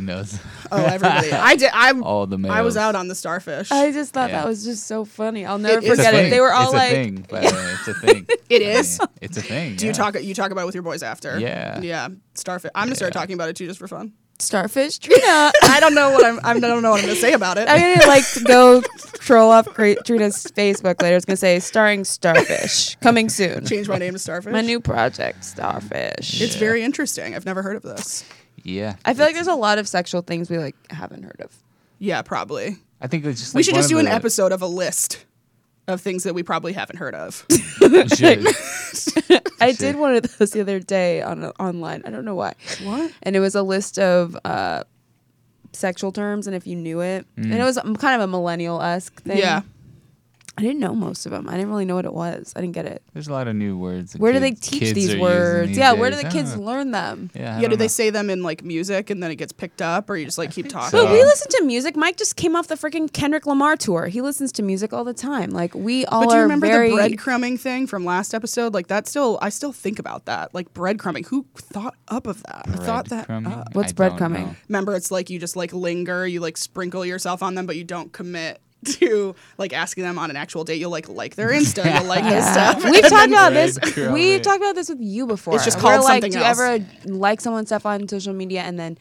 knows Oh, everybody. I did. I. all the males. I was out on the starfish. I just thought Yeah. that was just so funny. I'll never is It's a forget it. thing. They were all it's like, a thing, by the way. it's a thing. It I is? mean, it's a thing. Do yeah. you talk? You talk about it with your boys after? Yeah. Yeah. Starfish. I'm gonna start talking about it too, just for fun. "Starfish, Trina." I don't know what I'm. I don't know what I'm gonna say about it. I'm gonna like go troll off Cre- Trina's Facebook later. It's gonna say starring Starfish coming soon. Change my name to starfish. My new project, Starfish. It's very interesting. I've never heard of this. Yeah, I feel like there's a lot of sexual things we like haven't heard of. Yeah, probably. I think it's just. we like should one just of do an the- episode of a list of things that we probably haven't heard of. we should. I did one of those the other day on online. I don't know why. What? And it was a list of uh, sexual terms and if you knew it. And it was um, kind of a millennial esque thing. yeah. I didn't know most of them. I didn't really know what it was. I didn't get it. There's a lot of new words. that Where do they kids- teach kids are these using words? these yeah, where do days. the I kids don't know. learn them? Yeah, I Yeah, do don't they know. say them in like music and then it gets picked up or you just like keep talking? But so. we listen to music. Mike just came off the freaking Kendrick Lamar tour. He listens to music all the time. Like we all But do are you remember very the breadcrumbing thing from last episode? Like that still I still think about that. Like breadcrumbing. Who thought up of that? I thought that Breadcrumbing? up. I What's don't breadcrumbing? know. Remember it's like you just like linger, you like sprinkle yourself on them but you don't commit to like asking them on an actual date. You'll like like their Insta, you'll like their stuff. We've talked about this. Breadcrumbing. We talked about this with you before. It's just We're called like, something do else. you ever like someone's stuff on social media and then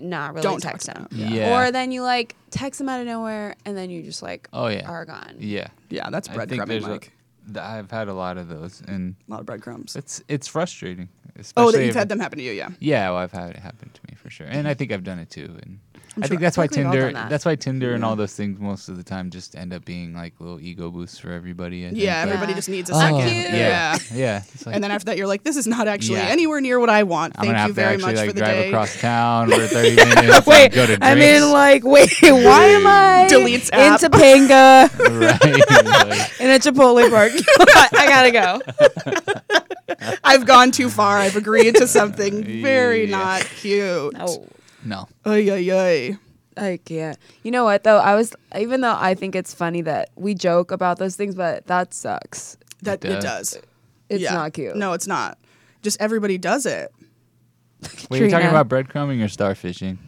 not really Don't text talk to them? them. Yeah. Or then you like text them out of nowhere and then you just like Oh yeah. are gone. Yeah. Yeah, that's I think breadcrumbing, there's a, Mike. th- I've had a lot of those, and A lot of breadcrumbs. it's it's frustrating. Oh, that especially you've if- had them happen to you, yeah. Yeah, well, I've had it happen to me for sure, and I think I've done it too, and i sure- think that's why I think we've all Tinder. done that. That's why Tinder and all those things most of the time just end up being like little ego boosts for everybody. I think. Yeah, Like, everybody just needs a Oh, second. cute. Yeah. yeah, yeah. It's like, And then after that, you're like, this is not actually Yeah. anywhere near what I want. I'm Thank gonna you have to very actually much for like the drive day. across town for 30 minutes. and go to drinks. I mean, like, wait, why am I Deletes in app. Topanga right? Like, in a Chipotle park? I gotta go. I've gone too far. I've agreed to something very Yeah. not cute. Oh, no, Ay, ay, ay. I can't. You know what though? I was even though I think it's funny that we joke about those things, but that sucks. That It it does. does. It's Yeah. not cute. No, it's not. Just everybody does it. wait, you talking Trina. about breadcrumbing or starfishing?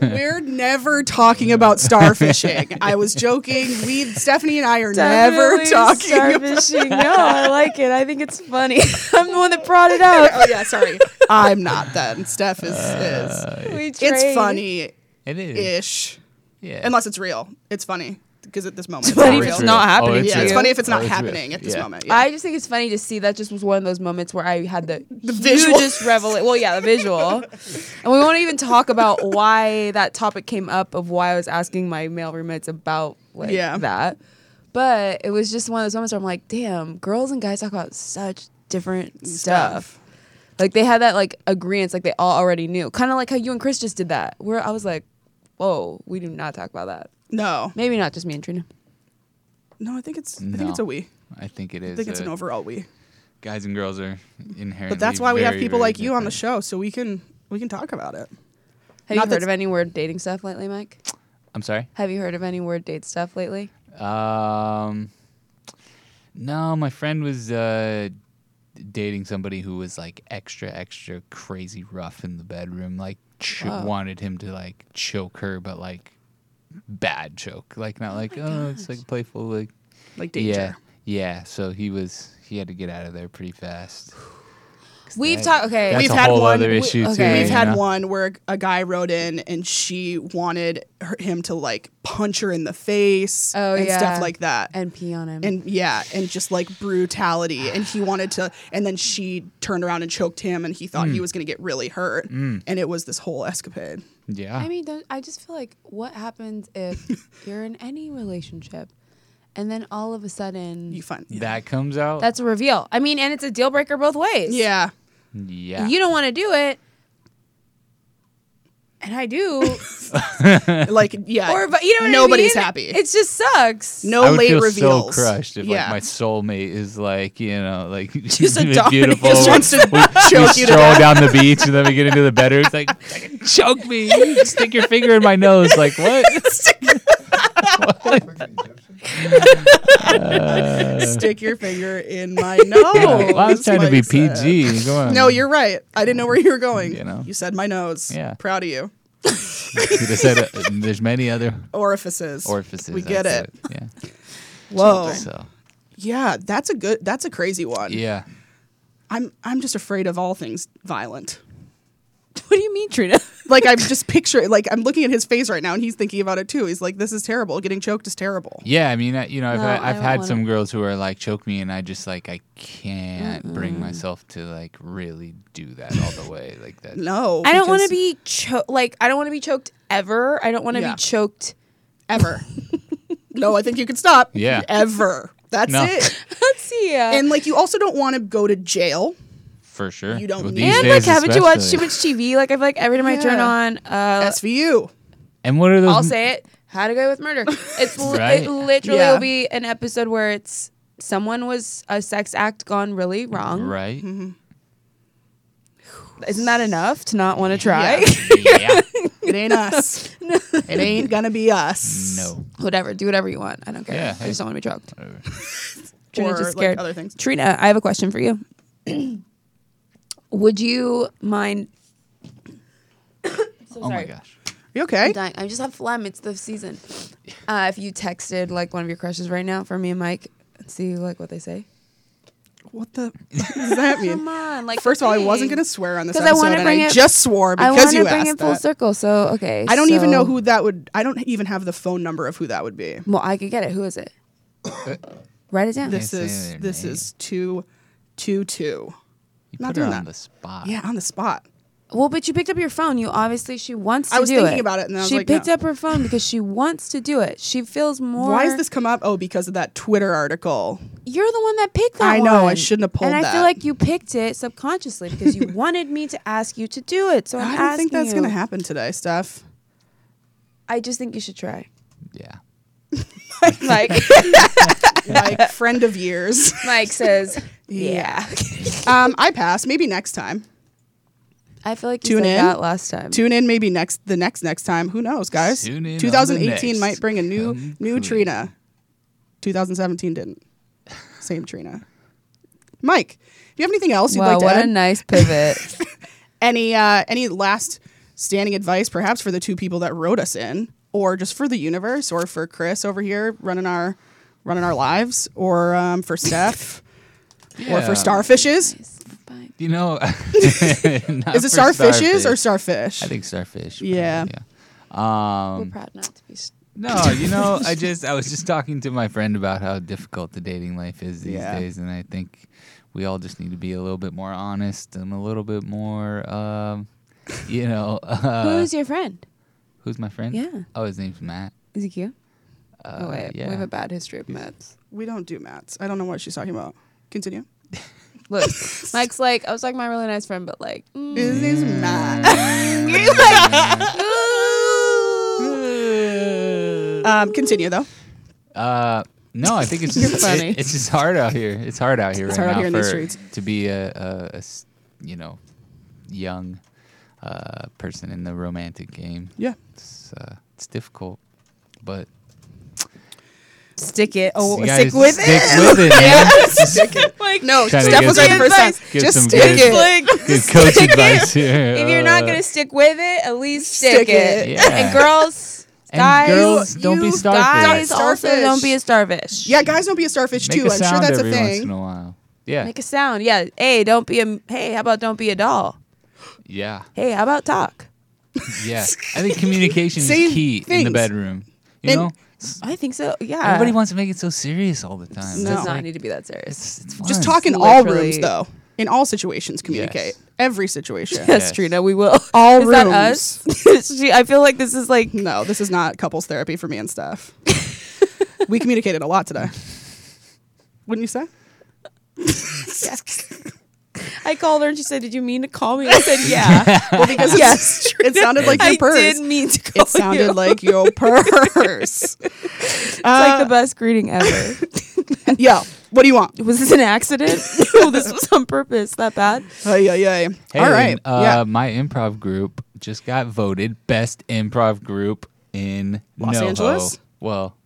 We're never talking about starfishing. I was joking. We Stephanie and I are never Definitely talking about starfishing. no, I like it. I think it's funny. I'm the one that brought it up. Oh yeah, sorry. I'm not then. Steph is, Uh, is. We It's trade. funny It is. ish. Yeah. Unless it's real. It's funny. Because at this moment it's But not if real. it's not happening oh, it's to yeah, you. it's funny if it's Oh, not real. happening at this Yeah. moment. Yeah. I just think it's funny to see that just was one of those moments where I had the, the visual. hugest revelation. Well, yeah, the visual. and we won't even talk about why that topic came up of why I was asking my male roommates about like Yeah. that. But it was just one of those moments where I'm like, damn, girls and guys talk about such different stuff. Like they had that like agreement, like they all already knew. Kind of like how you and Chris just did that. Where I was like, whoa, we do not talk about that. no. Maybe not just me and Trina. No, I think it's I think it's No. a we. I think it I is. think it's a- an overall we. Guys and girls are inherently. But that's why we have very, people very like you on the different. show, so we can we can talk about it. Have Not you heard that's- of any word dating stuff lately, Mike? I'm sorry. Have you heard of any word date stuff lately? Um, no, my friend was uh, dating somebody who was like extra, extra crazy rough in the bedroom. Like, ch- Wow. wanted him to like choke her, but like bad choke. Like, not like, oh, it's like playful. Like, Like danger. yeah. Yeah. So he was, he had to get out of there pretty fast. We've that- talked. Okay, That's We've a had whole one- other we- issue, too. okay. We've you had know? one where a guy wrote in and she wanted her, him to like punch her in the face Oh, and yeah. stuff like that. and pee on him. and yeah, and just like brutality. And he wanted to, and then she turned around and choked him, and he thought Mm. he was going to get really hurt. And it was this whole escapade. Yeah. I mean, don't, I just feel like what happens if you're in any relationship, and then all of a sudden You find that comes out. that's a reveal. I mean, and it's a deal breaker both ways. yeah, yeah. you don't want to do it, and I do. like yeah, or but you know, what I nobody's mean? happy. It just sucks. no I would late feel reveals. so crushed if yeah. like my soulmate is like you know like Just a dog. beautiful. Just wants to we, choke we you to stroll down the beach and then we get into the bedroom. It's like "Fucking choke me, stick your finger in my nose. Like what? stick your finger in my nose. Well, I was trying to be Mike said. PG. Go on. No, you're right. I didn't know where you were going. You know. said my nose. Yeah. Proud of you. Could have said it. There's many other Orifices. orifices. We get that's it. Yeah. Whoa. So Yeah, that's a good that's a crazy one. yeah. I'm I'm just afraid of all things violent. What do you mean, Trina? Like I'm just picturing like I'm looking at his face right now and he's thinking about it too. He's like, This is terrible. Getting choked is terrible. Yeah, I mean, I, you know, I've, No, had- I I've don't had wanna- some girls who are like choke me, and I just like I can't bring myself to like really do that all the way like that. No. I don't want to because- be cho- like I don't want to be choked ever. I don't want to Yeah. be choked. ever. no, I think you can stop. Yeah. Ever. That's No. it. Let's see ya. And like you also don't want to go to jail. For sure. You don't Well, need- these And like, days haven't you watched too especially. much TV? Like, I feel like every time I turn Yeah. on, uh, SVU. And what are those? I'll say it: How to Go with Murder. It's li- Right. it literally Yeah. will be an episode where it's someone was a sex act gone really wrong. Right. Mm-hmm. Isn't that enough to not want to try? yeah. It ain't us. it ain't gonna be us. No. Oh, whatever, do whatever you want. I don't care. Yeah, I hey. just don't want to be choked. Whatever. Trina Or, just like, scared. other things. Trina, I have a question for you. Would you mind? so Oh my sorry. gosh. You okay? I'm dying. I just have phlegm. It's the season. Uh, if you texted like one of your crushes right now for me and Mike, see like what they say. What the what does that mean? Come on, like First of all, I wasn't going to sing. swear on this 'Cause episode, I wanna and bring I it- just swore I because wanna you bring asked it full that. circle. So okay, I don't even know so- who that would. I don't even have the phone number of who that would be. Well, I could get it. Who is it? Write it down. Uh, This say is their this name. is two, two, two. You Not put her doing on that. the spot. Yeah, on the spot. well, but you picked up your phone. You obviously she wants to I was do thinking it. about it, and then I was she like, picked no. up her phone because she wants to do it. She feels more. Why has this come up? Oh, because of that Twitter article. You're the one that picked that. I know, I one. shouldn't have pulled And I that. feel like you picked it subconsciously because you wanted me to ask you to do it. So I I'm don't think asking that's going to you. happen today, Steph. I just think you should try. Yeah. Like Like friend of years. Mike says, yeah. Um, I pass. Maybe next time. I feel like you Tune said in. that last time. Tune in. Maybe next the next next time. Who knows, guys? Tune in on the 2018 next. might bring a new Come new clean. Trina. 2017 didn't. Same Trina. Mike, do you have anything else you'd wow, like to what add? a nice pivot. any uh, any last standing advice, perhaps for the two people that wrote us in, or just for the universe, or for Chris over here running our running our lives, or um, for Steph, or for Yeah. starfishes. Bye. You know, Is it starfishes or starfish? I think starfish. Yeah. probably, We're Um, proud not to be. s- No, you know, I just I was just talking to my friend about how difficult the dating life is these Yeah. days, and I think we all just need to be a little bit more honest and a little bit more, um, you know, uh, Who's your friend? who's my friend? Yeah. Oh, his name's Matt. Uh, Is he cute? oh wait, yeah. we have a bad history of meds. We don't do mats. I don't know what she's talking about. Continue. Look, Mike's like, I was talking to my really nice friend, but like, mm, His name's Matt. ooh. um, continue though. Uh, No, I think it's just funny. it- it's just hard out here. It's hard out here It's right hard out now here in for, these streets. to be a, a- a s- you know young uh, person in the romantic game. Yeah. It's uh, it's difficult, but Stick it. Oh, you gotta stick with stick it. with it, man. Just Like no, Trying to Steph get was right the some- first time. get Just some stick good- it. like Good coach advice here. if you're not gonna Uh, stick with it, at least stick, Stick it. it. Yeah. And girls, And guys, girls, don't be you starfish. Guys, Don't also starfish. don't be a starfish. Yeah, guys, don't be a starfish make too. a I'm sound sure that's a every once in thing. a while. Yeah, Make a sound. Yeah. Hey, don't be a. Hey, how about don't be a doll? yeah, Hey, how about talk? yeah. I think communication is Say key in the things. bedroom. You And- uh, know, S- I think so. Yeah. everybody wants to make it so serious all the time. No. does That's not like- need to be that serious. It's, it's Just fun. talk in all Literally. rooms though. In all situations, communicate. Every situation. Yes. That's Trina. We will. All is that rooms. us? She- I feel like this is like No, this is not couples therapy for me and Steph. we communicated a lot today. Wouldn't you say? I called her and she said, "Did you mean to call me?" I said, "Yeah." well, because yes, It sounded like your I purse. did mean to call it sounded you. like your purse. it's like the uh, best greeting ever. yeah. What do you want? was this an accident? oh, this was on purpose. That bad? Hey, yeah, yeah. Hey, All right. and, uh, yeah. my improv group just got voted best improv group in Los NoHo. Angeles? Well,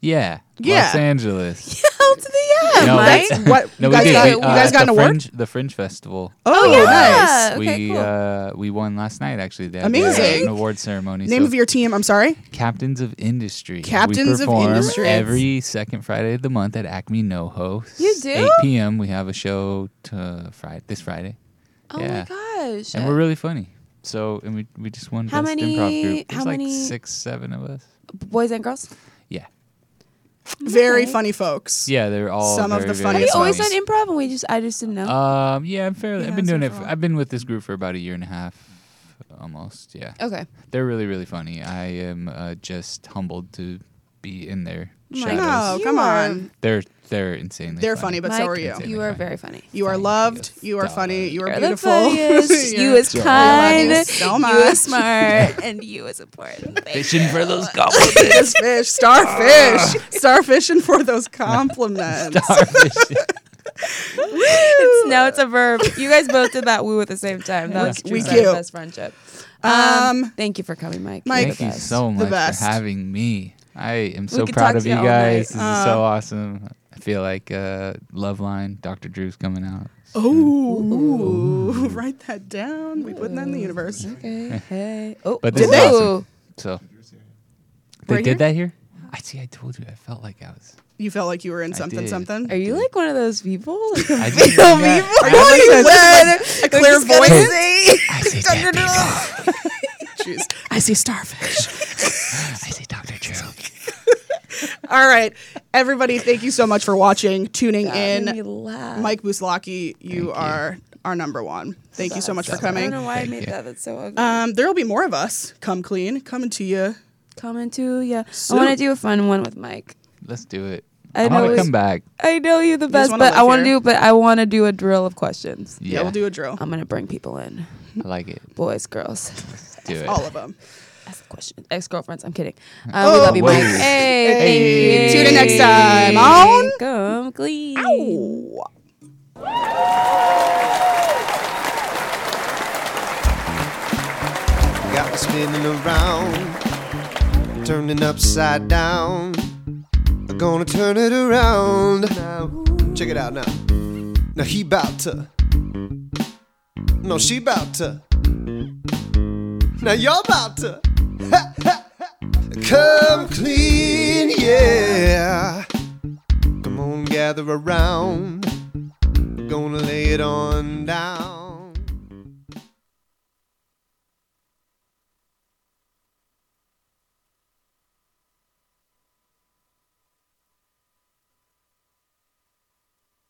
yeah, Yeah. Los Angeles. Hell to the end, No, Mike. that's- What No, you we guys did. got? We, you uh, guys at got an the award? Fringe, the Fringe Festival. Oh, nice. yeah. Okay, we cool. uh, we won last night actually. They had Amazing. an award ceremony. Name so of your team? I'm sorry. Captains of Industry. We Captains of perform Industry. every second Friday of the month at Acme NoHo. You S- do? 8 p.m. We have a show to Friday this Friday. Oh yeah. my gosh. and we're really funny. So and we we just won How best improv many- group. There's how like many- six, seven of us. Boys and girls. Yeah, Very funny folks. yeah, they're all Some of very, the very Have funniest you It's always done funny. improv and we just I just didn't know? Um, yeah, I'm fairly. I've been it's doing it. been for a For, while. I've been with this group for about a year and a half, almost. Yeah, okay. they're really really funny. I am uh, just humbled to be in their My shadows. No, come You are- on. They're they're insanely. They're funny, but so Mike, are you. You are very funny. You are Thank loved. you, You are Stella. funny. You are You're the beautiful. funniest, you You're- is kind. you so You much. is smart. and you is important. Fishing for those goblins. Biggest fish, Ah. starfish, starfishing for those compliments. Starfish. It's- now it's a verb. You guys both did that woo at the same time. That was We truly the cute. best friendship. Um, Thank you for coming, Mike. Mike- You're Thank the you best. so much best. for having me. I am so could talk proud of to you you all night. Uh, guys. This is so awesome. I feel like uh, Love Line, Dr. Drew's coming out. Oh, Ooh, write that down. We put that in the universe. Okay. Hey. Oh, But this Did is they? awesome. So they Right did here? that here. I see. I told you. I felt like I was. You felt like you were in I something, did. something. Are you like one of those people? Like, I did that. Are you like a- a clairvoyant? I see dead people. I Jeez. I see starfish. see Dr. Drew. All right, everybody, thank you so much for watching, tuning made me in. laugh. Mike Buslaki, you are our number one. Thank you so much for I don't coming. know why I made you. that. That's so ugly. Um, there will be more of us. Come clean, coming to you. Coming to yeah. I want to do a fun one with Mike. Let's do it. I I want know- to come back. I know you're the best, wanna but live I want to here. do. But I want to do a drill of questions. Yeah, we'll do a drill. I'm gonna bring people in, I like it. boys, girls, Let's do it. All of them. ask questions, ex girlfriends. I'm kidding. Uh, we love you, Whoa. Mike. Hey, Oh, Hey. thank you. Tune in next time on- Come clean. Ow. Got me spinning around, turning upside down. I'm gonna turn it around now. Check it out now. Now he bout to. No, she bout to. Now y'all bout to. Come clean, yeah. Come on, gather around. Gonna lay it on down.